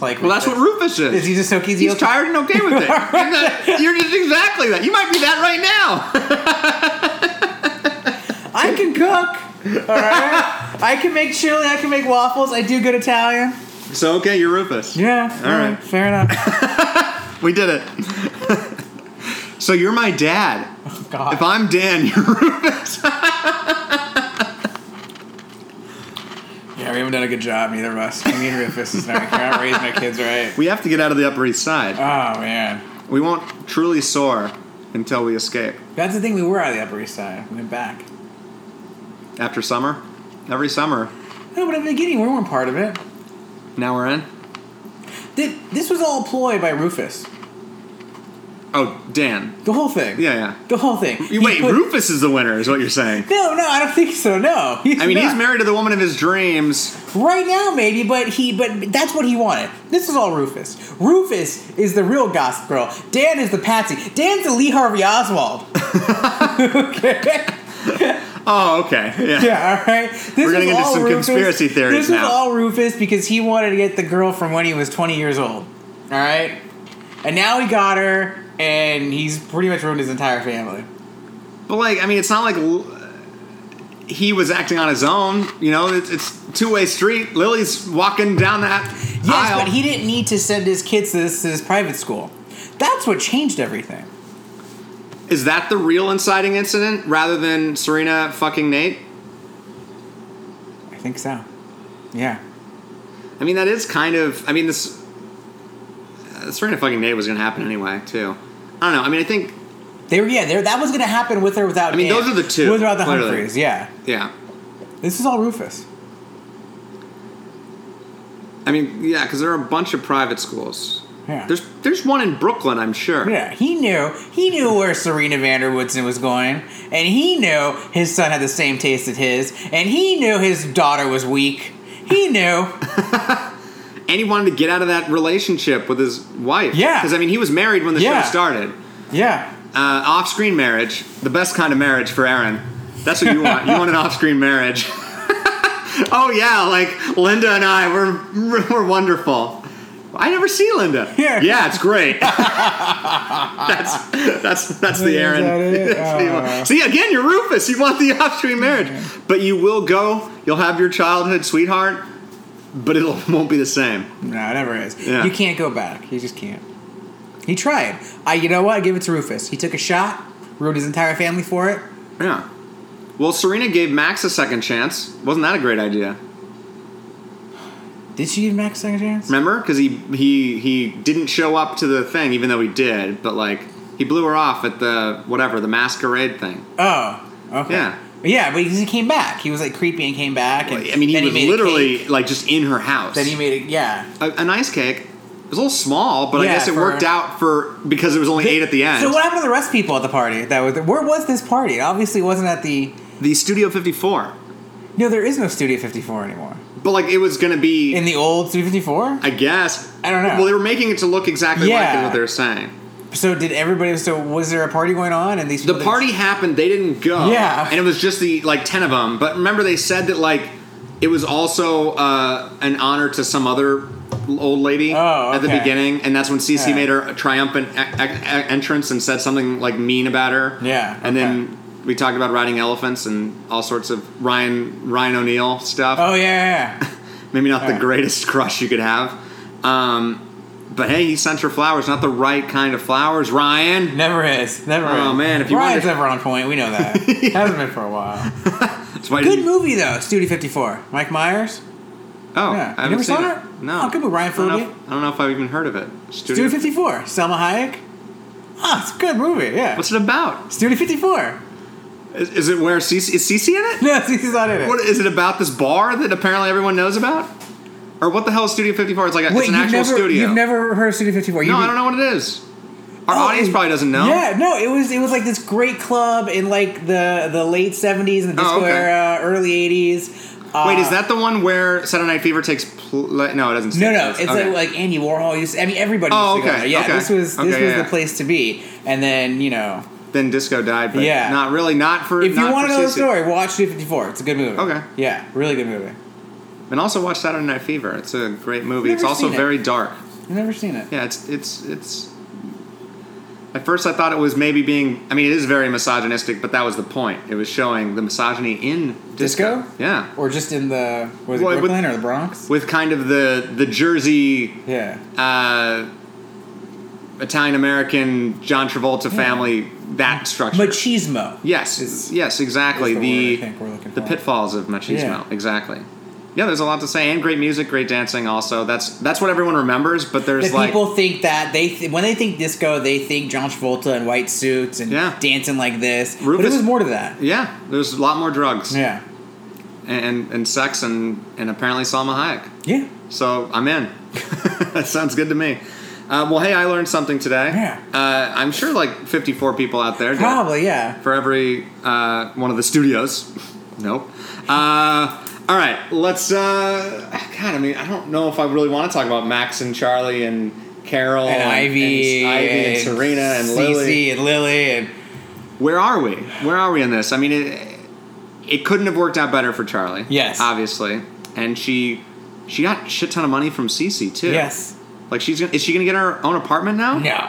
[SPEAKER 3] Like,
[SPEAKER 2] Well, that's what Rufus is.
[SPEAKER 3] Is he just so easy?
[SPEAKER 2] He's tired and okay with it. You're, not- you're just exactly that. You might be that right now.
[SPEAKER 3] I can cook. All right, I can make chili. I can make waffles. I do good Italian.
[SPEAKER 2] So okay, you're Rufus.
[SPEAKER 3] Yeah.
[SPEAKER 2] All right.
[SPEAKER 3] Fair enough.
[SPEAKER 2] We did it. so you're my dad.
[SPEAKER 3] God.
[SPEAKER 2] If I'm Dan, you're Rufus.
[SPEAKER 3] yeah, we haven't done a good job, neither of us. Me and Rufus is not. We're not raising our kids right.
[SPEAKER 2] we have to get out of the Upper East Side.
[SPEAKER 3] Oh man,
[SPEAKER 2] We won't truly soar until we escape
[SPEAKER 3] that's the thing. We were out of the Upper East Side. We went back.
[SPEAKER 2] after summer. Every summer,
[SPEAKER 3] No, but at the beginning, we weren't part of it.
[SPEAKER 2] now we're in.
[SPEAKER 3] Thi- This was all a ploy by Rufus.
[SPEAKER 2] Oh, Dan.
[SPEAKER 3] The whole thing.
[SPEAKER 2] Yeah, yeah.
[SPEAKER 3] The whole thing. He
[SPEAKER 2] You, wait,
[SPEAKER 3] put-
[SPEAKER 2] Rufus is the winner, is what you're saying.
[SPEAKER 3] No, no, I don't think so. No, he's
[SPEAKER 2] I mean, he's
[SPEAKER 3] not.
[SPEAKER 2] married to the woman of his dreams.
[SPEAKER 3] right now, maybe, but he, but that's what he wanted. This is all Rufus. Rufus is the real Gossip Girl. Dan is the patsy. Dan's the Lee Harvey Oswald. okay.
[SPEAKER 2] Oh, okay. Yeah.
[SPEAKER 3] Yeah, all right. This
[SPEAKER 2] We're getting
[SPEAKER 3] was
[SPEAKER 2] into
[SPEAKER 3] all
[SPEAKER 2] some conspiracy theories
[SPEAKER 3] This
[SPEAKER 2] now.
[SPEAKER 3] was all Rufus because he wanted to get the girl from when he was 20 years old. All right, and now he got her, and he's pretty much ruined his entire family.
[SPEAKER 2] But, like, I mean, it's not like l- he was acting on his own. You know, it's, it's two way street. Lily's walking down that
[SPEAKER 3] Yes,
[SPEAKER 2] aisle.
[SPEAKER 3] but he didn't need to send his kids to this, to this private school. That's what changed everything.
[SPEAKER 2] is that the real inciting incident rather than Serena fucking Nate?
[SPEAKER 3] I think so. Yeah.
[SPEAKER 2] I mean, that is kind of. I mean, this. Uh, Serena fucking Nate was going to happen anyway, too. I don't know. I mean, I think.
[SPEAKER 3] They were, yeah, there. that was going to happen with or without
[SPEAKER 2] I mean,
[SPEAKER 3] Dan.
[SPEAKER 2] those are the two,
[SPEAKER 3] With or without the
[SPEAKER 2] clearly.
[SPEAKER 3] Humphreys, yeah.
[SPEAKER 2] Yeah.
[SPEAKER 3] This is all Rufus.
[SPEAKER 2] I mean, yeah, because there are a bunch of private schools.
[SPEAKER 3] Yeah.
[SPEAKER 2] There's there's one in Brooklyn, I'm sure.
[SPEAKER 3] Yeah, he knew. He knew where Serena Vanderwoodson was going, and he knew his son had the same taste as his, and he knew his daughter was weak. He knew.
[SPEAKER 2] And he wanted to get out of that relationship with his wife.
[SPEAKER 3] Yeah.
[SPEAKER 2] Because I mean, he was married when the
[SPEAKER 3] Yeah.
[SPEAKER 2] show started.
[SPEAKER 3] yeah.
[SPEAKER 2] Uh, off-screen marriage, the best kind of marriage for Aaron. That's what you want. you want an off-screen marriage. oh yeah, like Linda and I, we're we're wonderful. I never see Linda.
[SPEAKER 3] Yeah.
[SPEAKER 2] Yeah, it's great. that's that's that's the
[SPEAKER 3] Is
[SPEAKER 2] Aaron.
[SPEAKER 3] that it?
[SPEAKER 2] That's what you want.
[SPEAKER 3] Oh.
[SPEAKER 2] See again, you're Rufus. You want the off-screen marriage, but you will go. You'll have your childhood sweetheart, but it'll won't be the same.
[SPEAKER 3] No, it never is.
[SPEAKER 2] Yeah.
[SPEAKER 3] You can't go back. You just can't. He tried. I, you know what? I give it to Rufus. He took a shot, ruined his entire family for it.
[SPEAKER 2] Yeah. Well, Serena gave Max a second chance. Wasn't that a great idea?
[SPEAKER 3] Did she give Max a second chance?
[SPEAKER 2] Remember? Because he he he didn't show up to the thing, even though he did. But like he blew her off at the whatever the masquerade thing.
[SPEAKER 3] Oh, okay.
[SPEAKER 2] Yeah.
[SPEAKER 3] Yeah, but he came back. He was like creepy and came back. And
[SPEAKER 2] I mean, he
[SPEAKER 3] then
[SPEAKER 2] was
[SPEAKER 3] made a
[SPEAKER 2] literally
[SPEAKER 3] cake.
[SPEAKER 2] like just in her house.
[SPEAKER 3] Then he made it. Yeah.
[SPEAKER 2] a, a nice cake. It was a little small, but I
[SPEAKER 3] Yeah,
[SPEAKER 2] guess it
[SPEAKER 3] for-
[SPEAKER 2] worked out for because there was only eight at the end.
[SPEAKER 3] So what happened to the rest of people at the party? That was where was this party? It obviously wasn't at the.
[SPEAKER 2] the Studio 54,
[SPEAKER 3] No, there is no Studio 54 anymore.
[SPEAKER 2] but like it was gonna be.
[SPEAKER 3] In the old Studio 54.
[SPEAKER 2] I guess
[SPEAKER 3] I don't know.
[SPEAKER 2] Well, they were making it to look exactly like
[SPEAKER 3] Yeah.
[SPEAKER 2] it, what they were saying.
[SPEAKER 3] So did everybody? So was there a party going on? And these
[SPEAKER 2] The
[SPEAKER 3] people didn't-
[SPEAKER 2] party happened. They didn't go.
[SPEAKER 3] Yeah.
[SPEAKER 2] and it was just the like ten of them. But remember, they said that like it was also uh, an honor to some other old lady
[SPEAKER 3] Oh,
[SPEAKER 2] at the
[SPEAKER 3] okay.
[SPEAKER 2] beginning, and that's when Cece
[SPEAKER 3] Yeah.
[SPEAKER 2] made her triumphant e- e- entrance and said something like mean about her.
[SPEAKER 3] Yeah,
[SPEAKER 2] and
[SPEAKER 3] okay.
[SPEAKER 2] then we talked about riding elephants and all sorts of Ryan Ryan O'Neill stuff.
[SPEAKER 3] Oh yeah, yeah, yeah.
[SPEAKER 2] Maybe not the
[SPEAKER 3] yeah.
[SPEAKER 2] greatest crush you could have. Um, but hey, he sent her flowers, not the right kind of flowers, Ryan.
[SPEAKER 3] never is, never.
[SPEAKER 2] Oh,
[SPEAKER 3] is.
[SPEAKER 2] man, if you
[SPEAKER 3] Ryan's
[SPEAKER 2] wanted-
[SPEAKER 3] ever on point, we know that hasn't been for a while.
[SPEAKER 2] That's why I
[SPEAKER 3] Good
[SPEAKER 2] didn't-
[SPEAKER 3] movie though, Studio 54. Mike Myers.
[SPEAKER 2] Oh, I
[SPEAKER 3] Yeah. You
[SPEAKER 2] haven't
[SPEAKER 3] never
[SPEAKER 2] seen
[SPEAKER 3] saw
[SPEAKER 2] it.
[SPEAKER 3] it?
[SPEAKER 2] No.
[SPEAKER 3] Oh, good with Ryan
[SPEAKER 2] I don't, know
[SPEAKER 3] Phillippe.
[SPEAKER 2] if, I don't know if I've even heard of it. Studio.
[SPEAKER 3] Studio 54. Selma Hayek. Ah, it's a good movie. Yeah.
[SPEAKER 2] What's it about?
[SPEAKER 3] Studio 54?
[SPEAKER 2] Is, is it where Cece is Cece in it?
[SPEAKER 3] No, he's not in it.
[SPEAKER 2] What is it about? This bar that apparently everyone knows about, or what the hell is Studio Fifty Four? It's like a, it's an
[SPEAKER 3] you've
[SPEAKER 2] actual
[SPEAKER 3] never,
[SPEAKER 2] studio.
[SPEAKER 3] You've never heard of Studio 54.
[SPEAKER 2] no, I don't know what it is. Our audience probably doesn't know.
[SPEAKER 3] Oh, Yeah, no, it was it was like this great club in like the the late 70s and the
[SPEAKER 2] Oh,
[SPEAKER 3] disco
[SPEAKER 2] okay.
[SPEAKER 3] era, early 80s. Uh,
[SPEAKER 2] Wait, is that the one where Saturday Night Fever takes? Pl- no, it doesn't.
[SPEAKER 3] No,
[SPEAKER 2] take
[SPEAKER 3] no,
[SPEAKER 2] place.
[SPEAKER 3] it's
[SPEAKER 2] Okay.
[SPEAKER 3] like, like Andy Warhol used. I mean, everybody.
[SPEAKER 2] Oh,
[SPEAKER 3] used to
[SPEAKER 2] okay,
[SPEAKER 3] Go there. Yeah,
[SPEAKER 2] okay.
[SPEAKER 3] this was this
[SPEAKER 2] Okay,
[SPEAKER 3] was
[SPEAKER 2] yeah,
[SPEAKER 3] the
[SPEAKER 2] yeah.
[SPEAKER 3] place to be. And then you know,
[SPEAKER 2] then disco died, but
[SPEAKER 3] Yeah.
[SPEAKER 2] not really. Not for
[SPEAKER 3] if you
[SPEAKER 2] not
[SPEAKER 3] want
[SPEAKER 2] for
[SPEAKER 3] to know the
[SPEAKER 2] Cece.
[SPEAKER 3] story, watch Studio 54. It's a good movie.
[SPEAKER 2] Okay.
[SPEAKER 3] Yeah, really good movie.
[SPEAKER 2] and also watch Saturday Night Fever. It's a great movie.
[SPEAKER 3] Never
[SPEAKER 2] It's also
[SPEAKER 3] seen it.
[SPEAKER 2] very dark.
[SPEAKER 3] I've never seen it.
[SPEAKER 2] Yeah, it's it's it's. At first, I thought it was maybe being. I mean, it is very misogynistic, but that was the point. It was showing the misogyny in disco.
[SPEAKER 3] Disco?
[SPEAKER 2] Yeah,
[SPEAKER 3] Or just in the was it
[SPEAKER 2] Well, it would-
[SPEAKER 3] Brooklyn or the Bronx?
[SPEAKER 2] with kind of the the Jersey
[SPEAKER 3] Yeah.
[SPEAKER 2] uh, Italian American John Travolta family that structure.
[SPEAKER 3] Machismo.
[SPEAKER 2] yes,
[SPEAKER 3] Is-
[SPEAKER 2] yes, exactly.
[SPEAKER 3] is the
[SPEAKER 2] The
[SPEAKER 3] word I think we're looking
[SPEAKER 2] the
[SPEAKER 3] for.
[SPEAKER 2] pitfalls of machismo.
[SPEAKER 3] Yeah.
[SPEAKER 2] Exactly. Yeah, there's a lot to say, and great music, great dancing. Also, that's that's what everyone remembers. But there's
[SPEAKER 3] That
[SPEAKER 2] like
[SPEAKER 3] people think that they th- when they think disco, they think John Travolta in white suits and
[SPEAKER 2] Yeah.
[SPEAKER 3] dancing like this. But
[SPEAKER 2] Rufus-
[SPEAKER 3] it was more to that.
[SPEAKER 2] yeah, there's a lot more drugs.
[SPEAKER 3] Yeah,
[SPEAKER 2] and and sex and and apparently Salma Hayek.
[SPEAKER 3] yeah.
[SPEAKER 2] So I'm in. that sounds good to me. Um, well, hey, I learned something today.
[SPEAKER 3] Yeah.
[SPEAKER 2] Uh, I'm sure like 54 people out there. did.
[SPEAKER 3] Probably, yeah.
[SPEAKER 2] for every uh, one of the studios. nope. Uh, all right, let's. Uh, God, I mean, I don't know if I really want to talk about Max and Charlie and Carol
[SPEAKER 3] And Ivy,
[SPEAKER 2] and, Ivy and Serena and
[SPEAKER 3] Cece
[SPEAKER 2] Lily.
[SPEAKER 3] and Lily, and
[SPEAKER 2] Where are we? Where are we in this? I mean, it, it couldn't have worked out better for Charlie.
[SPEAKER 3] Yes.
[SPEAKER 2] obviously, and she she got shit ton of money from Cece too.
[SPEAKER 3] yes,
[SPEAKER 2] like she's gonna, is she gonna get her own apartment now?
[SPEAKER 3] no,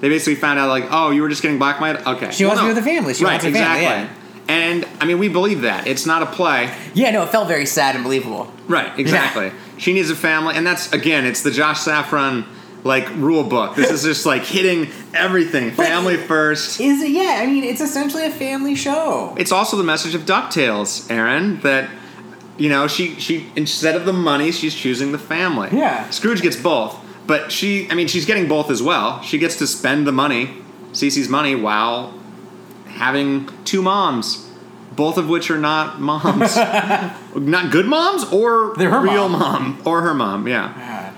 [SPEAKER 2] They basically found out like, oh, you were just getting blackmailed. Okay,
[SPEAKER 3] She wants to be with her family. She
[SPEAKER 2] right,
[SPEAKER 3] wants her family,
[SPEAKER 2] exactly. And I mean, we believe that it's not a play.
[SPEAKER 3] yeah, no. It felt very sad and believable.
[SPEAKER 2] Right, exactly. She needs a family, and that's again, it's the Josh Saffron like rule book. This is just like hitting everything,
[SPEAKER 3] But-
[SPEAKER 2] family first.
[SPEAKER 3] Is it? Yeah, I mean, it's essentially a family show.
[SPEAKER 2] It's also the message of Ducktales, Aaron. That you know, she she instead of the money, she's choosing the family.
[SPEAKER 3] Yeah.
[SPEAKER 2] Scrooge gets both, but she, I mean, she's getting both as well. She gets to spend the money, Cece's money, while having two moms, both of which are not moms, not good moms, or
[SPEAKER 3] They're her
[SPEAKER 2] real
[SPEAKER 3] mom.
[SPEAKER 2] mom or her mom. Yeah.
[SPEAKER 3] God.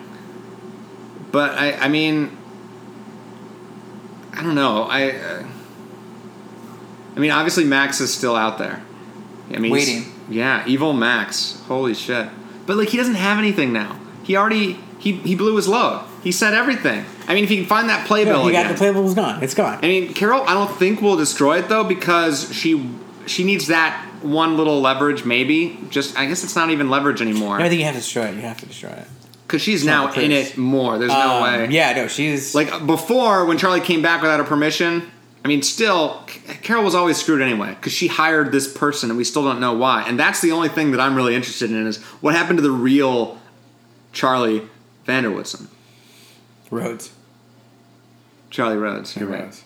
[SPEAKER 2] But I, I mean, I don't know. I, uh, I mean, obviously Max is still out there. I mean, he's-
[SPEAKER 3] Waiting.
[SPEAKER 2] Yeah, evil Max. Holy shit! But like, he doesn't have anything now. He already he he blew his load. He said everything. I mean, if he can find that playbill
[SPEAKER 3] No, you got
[SPEAKER 2] again.
[SPEAKER 3] the playables gone. It's gone.
[SPEAKER 2] I mean, Carol, I don't think will destroy it though because she she needs that one little leverage. Maybe just I guess it's not even leverage
[SPEAKER 3] No, I
[SPEAKER 2] anymore
[SPEAKER 3] think you have to destroy it. You have to destroy it.
[SPEAKER 2] because she's
[SPEAKER 3] not
[SPEAKER 2] now
[SPEAKER 3] the
[SPEAKER 2] in
[SPEAKER 3] case.
[SPEAKER 2] it more. There's no
[SPEAKER 3] Um,
[SPEAKER 2] way.
[SPEAKER 3] Yeah, no, she's like
[SPEAKER 2] Like before, when Charlie came back without her permission, I mean, still, C- Carol was always screwed anyway because she hired this person, and we still don't know why. And that's the only thing that I'm really interested in is what happened to the real Charlie Vanderwoodson,
[SPEAKER 3] Rhodes.
[SPEAKER 2] Charlie Rhodes. You're right.
[SPEAKER 3] Rhodes.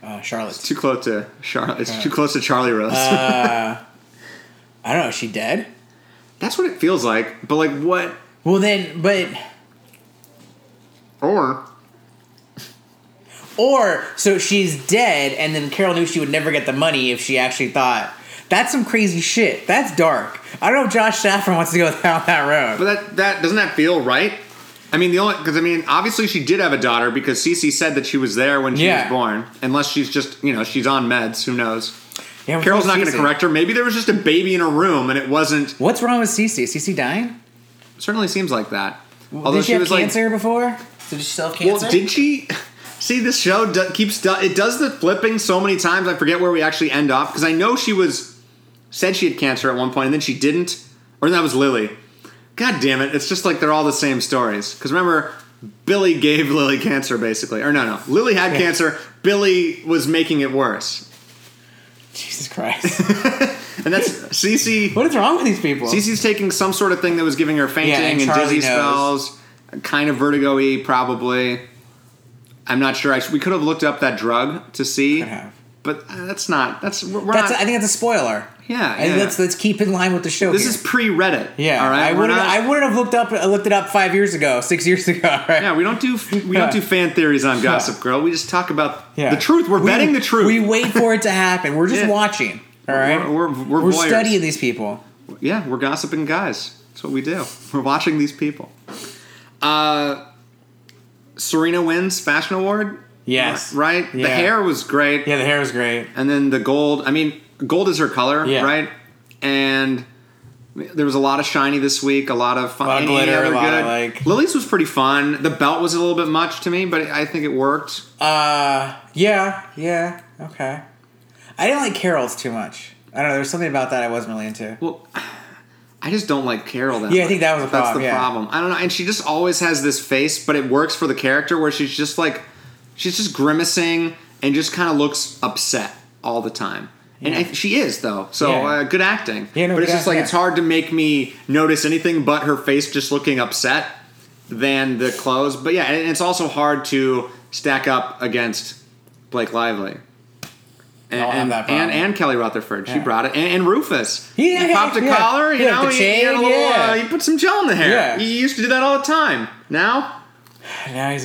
[SPEAKER 3] Uh, Charlotte.
[SPEAKER 2] Too close to Charlie. It's too close to Charlie Rhodes.
[SPEAKER 3] I don't know. Is she dead?
[SPEAKER 2] that's what it feels like. But like what?
[SPEAKER 3] Well, then, but
[SPEAKER 2] Or
[SPEAKER 3] or so she's dead, and then Carol knew she would never get the money if she actually thought. That's some crazy shit. That's dark. I don't know if Josh Saffron wants to go down that road.
[SPEAKER 2] But that that doesn't that feel right? I mean, the only because I mean, obviously she did have a daughter because Cece said that she was there when she
[SPEAKER 3] Yeah.
[SPEAKER 2] was born. Unless she's just you know she's on meds. Who knows?
[SPEAKER 3] Yeah, what's
[SPEAKER 2] Carol's not
[SPEAKER 3] wrong with
[SPEAKER 2] going to
[SPEAKER 3] Cece?
[SPEAKER 2] correct her. Maybe there was just a baby in a room and it wasn't.
[SPEAKER 3] What's wrong with Cece? Is Cece dying?
[SPEAKER 2] Certainly seems like that.
[SPEAKER 3] did she, have cancer before? So did she still have
[SPEAKER 2] like,
[SPEAKER 3] cancer?
[SPEAKER 2] well, did she? See, this show do, keeps do, it does the flipping so many times. I forget where we actually end off because I know she was said she had cancer at one point and then she didn't, or that was Lily. God damn it! It's just like they're all the same stories. Because remember, Billy gave Lily cancer basically, or no, no, Lily had cancer. Billy was making it worse,
[SPEAKER 3] Jesus Christ.
[SPEAKER 2] and that's Cece.
[SPEAKER 3] what is wrong with these people?
[SPEAKER 2] Cece's taking some sort of thing that was giving her fainting
[SPEAKER 3] Oh. Yeah, and
[SPEAKER 2] and,
[SPEAKER 3] Charlie
[SPEAKER 2] dizzy
[SPEAKER 3] knows.
[SPEAKER 2] spells, kind of vertigo-y, probably. I'm not sure. I sh- we could have looked up that drug to see,
[SPEAKER 3] Could have.
[SPEAKER 2] but uh, that's not. That's we're we're
[SPEAKER 3] That's,
[SPEAKER 2] not.
[SPEAKER 3] I think that's a spoiler.
[SPEAKER 2] Yeah,
[SPEAKER 3] I think
[SPEAKER 2] yeah.
[SPEAKER 3] Let's let's keep in line with the show.
[SPEAKER 2] this
[SPEAKER 3] here.
[SPEAKER 2] is pre-Reddit.
[SPEAKER 3] yeah.
[SPEAKER 2] all right.
[SPEAKER 3] I
[SPEAKER 2] We're
[SPEAKER 3] wouldn't
[SPEAKER 2] not-
[SPEAKER 3] I wouldn't have looked up uh, looked it up five years ago, six years ago. Right?
[SPEAKER 2] yeah, we don't do we don't do fan theories on Gossip Girl. We just talk about
[SPEAKER 3] Yeah.
[SPEAKER 2] the truth. We're
[SPEAKER 3] We-
[SPEAKER 2] betting the truth.
[SPEAKER 3] We wait for it to happen. We're just
[SPEAKER 2] Yeah.
[SPEAKER 3] watching. All right.
[SPEAKER 2] We're- we're- we're voyeurs.
[SPEAKER 3] studying these people.
[SPEAKER 2] yeah, we're gossiping guys. That's what we do. We're watching these people. Uh, Serena wins fashion award.
[SPEAKER 3] Yes.
[SPEAKER 2] Right.
[SPEAKER 3] Yeah.
[SPEAKER 2] The hair was great.
[SPEAKER 3] Yeah, the hair was great.
[SPEAKER 2] and then the gold. I mean, gold is her color,
[SPEAKER 3] Yeah.
[SPEAKER 2] right? And there was a lot of shiny this week, a lot of fun,
[SPEAKER 3] lot of
[SPEAKER 2] any
[SPEAKER 3] glitter,
[SPEAKER 2] other
[SPEAKER 3] a lot of,
[SPEAKER 2] good.
[SPEAKER 3] like-
[SPEAKER 2] Lily's was pretty fun. The belt was a little bit much to me, but I think it worked.
[SPEAKER 3] Uh yeah, yeah, okay. I didn't like Carol's too much. I don't know, there was something about that I wasn't really into.
[SPEAKER 2] Well, I just don't like Carol that.
[SPEAKER 3] Yeah, I
[SPEAKER 2] much.
[SPEAKER 3] think that was a
[SPEAKER 2] That's
[SPEAKER 3] problem,
[SPEAKER 2] the
[SPEAKER 3] yeah.
[SPEAKER 2] problem. I don't know, and she just always has this face, but it works for the character where she's just like, she's just grimacing and just kind of looks upset all the time. And I, she is though, so
[SPEAKER 3] Yeah.
[SPEAKER 2] uh, good acting.
[SPEAKER 3] Yeah, no,
[SPEAKER 2] but it's
[SPEAKER 3] good
[SPEAKER 2] just like
[SPEAKER 3] act-
[SPEAKER 2] it's
[SPEAKER 3] yeah.
[SPEAKER 2] hard to make me notice anything but her face just looking upset than the clothes. But yeah, and it's also hard to stack up against Blake Lively. And,
[SPEAKER 3] I'll have
[SPEAKER 2] and,
[SPEAKER 3] that problem.
[SPEAKER 2] and and Kelly Rutherford, she
[SPEAKER 3] Yeah.
[SPEAKER 2] brought it, and, and Rufus.
[SPEAKER 3] Yeah,
[SPEAKER 2] he popped a
[SPEAKER 3] yeah.
[SPEAKER 2] collar. You
[SPEAKER 3] Yeah,
[SPEAKER 2] know,
[SPEAKER 3] the
[SPEAKER 2] he, he had a
[SPEAKER 3] chain,
[SPEAKER 2] little.
[SPEAKER 3] yeah.
[SPEAKER 2] Uh, he put some gel in the hair.
[SPEAKER 3] Yeah.
[SPEAKER 2] He used to do that all the time. Now,
[SPEAKER 3] Now he's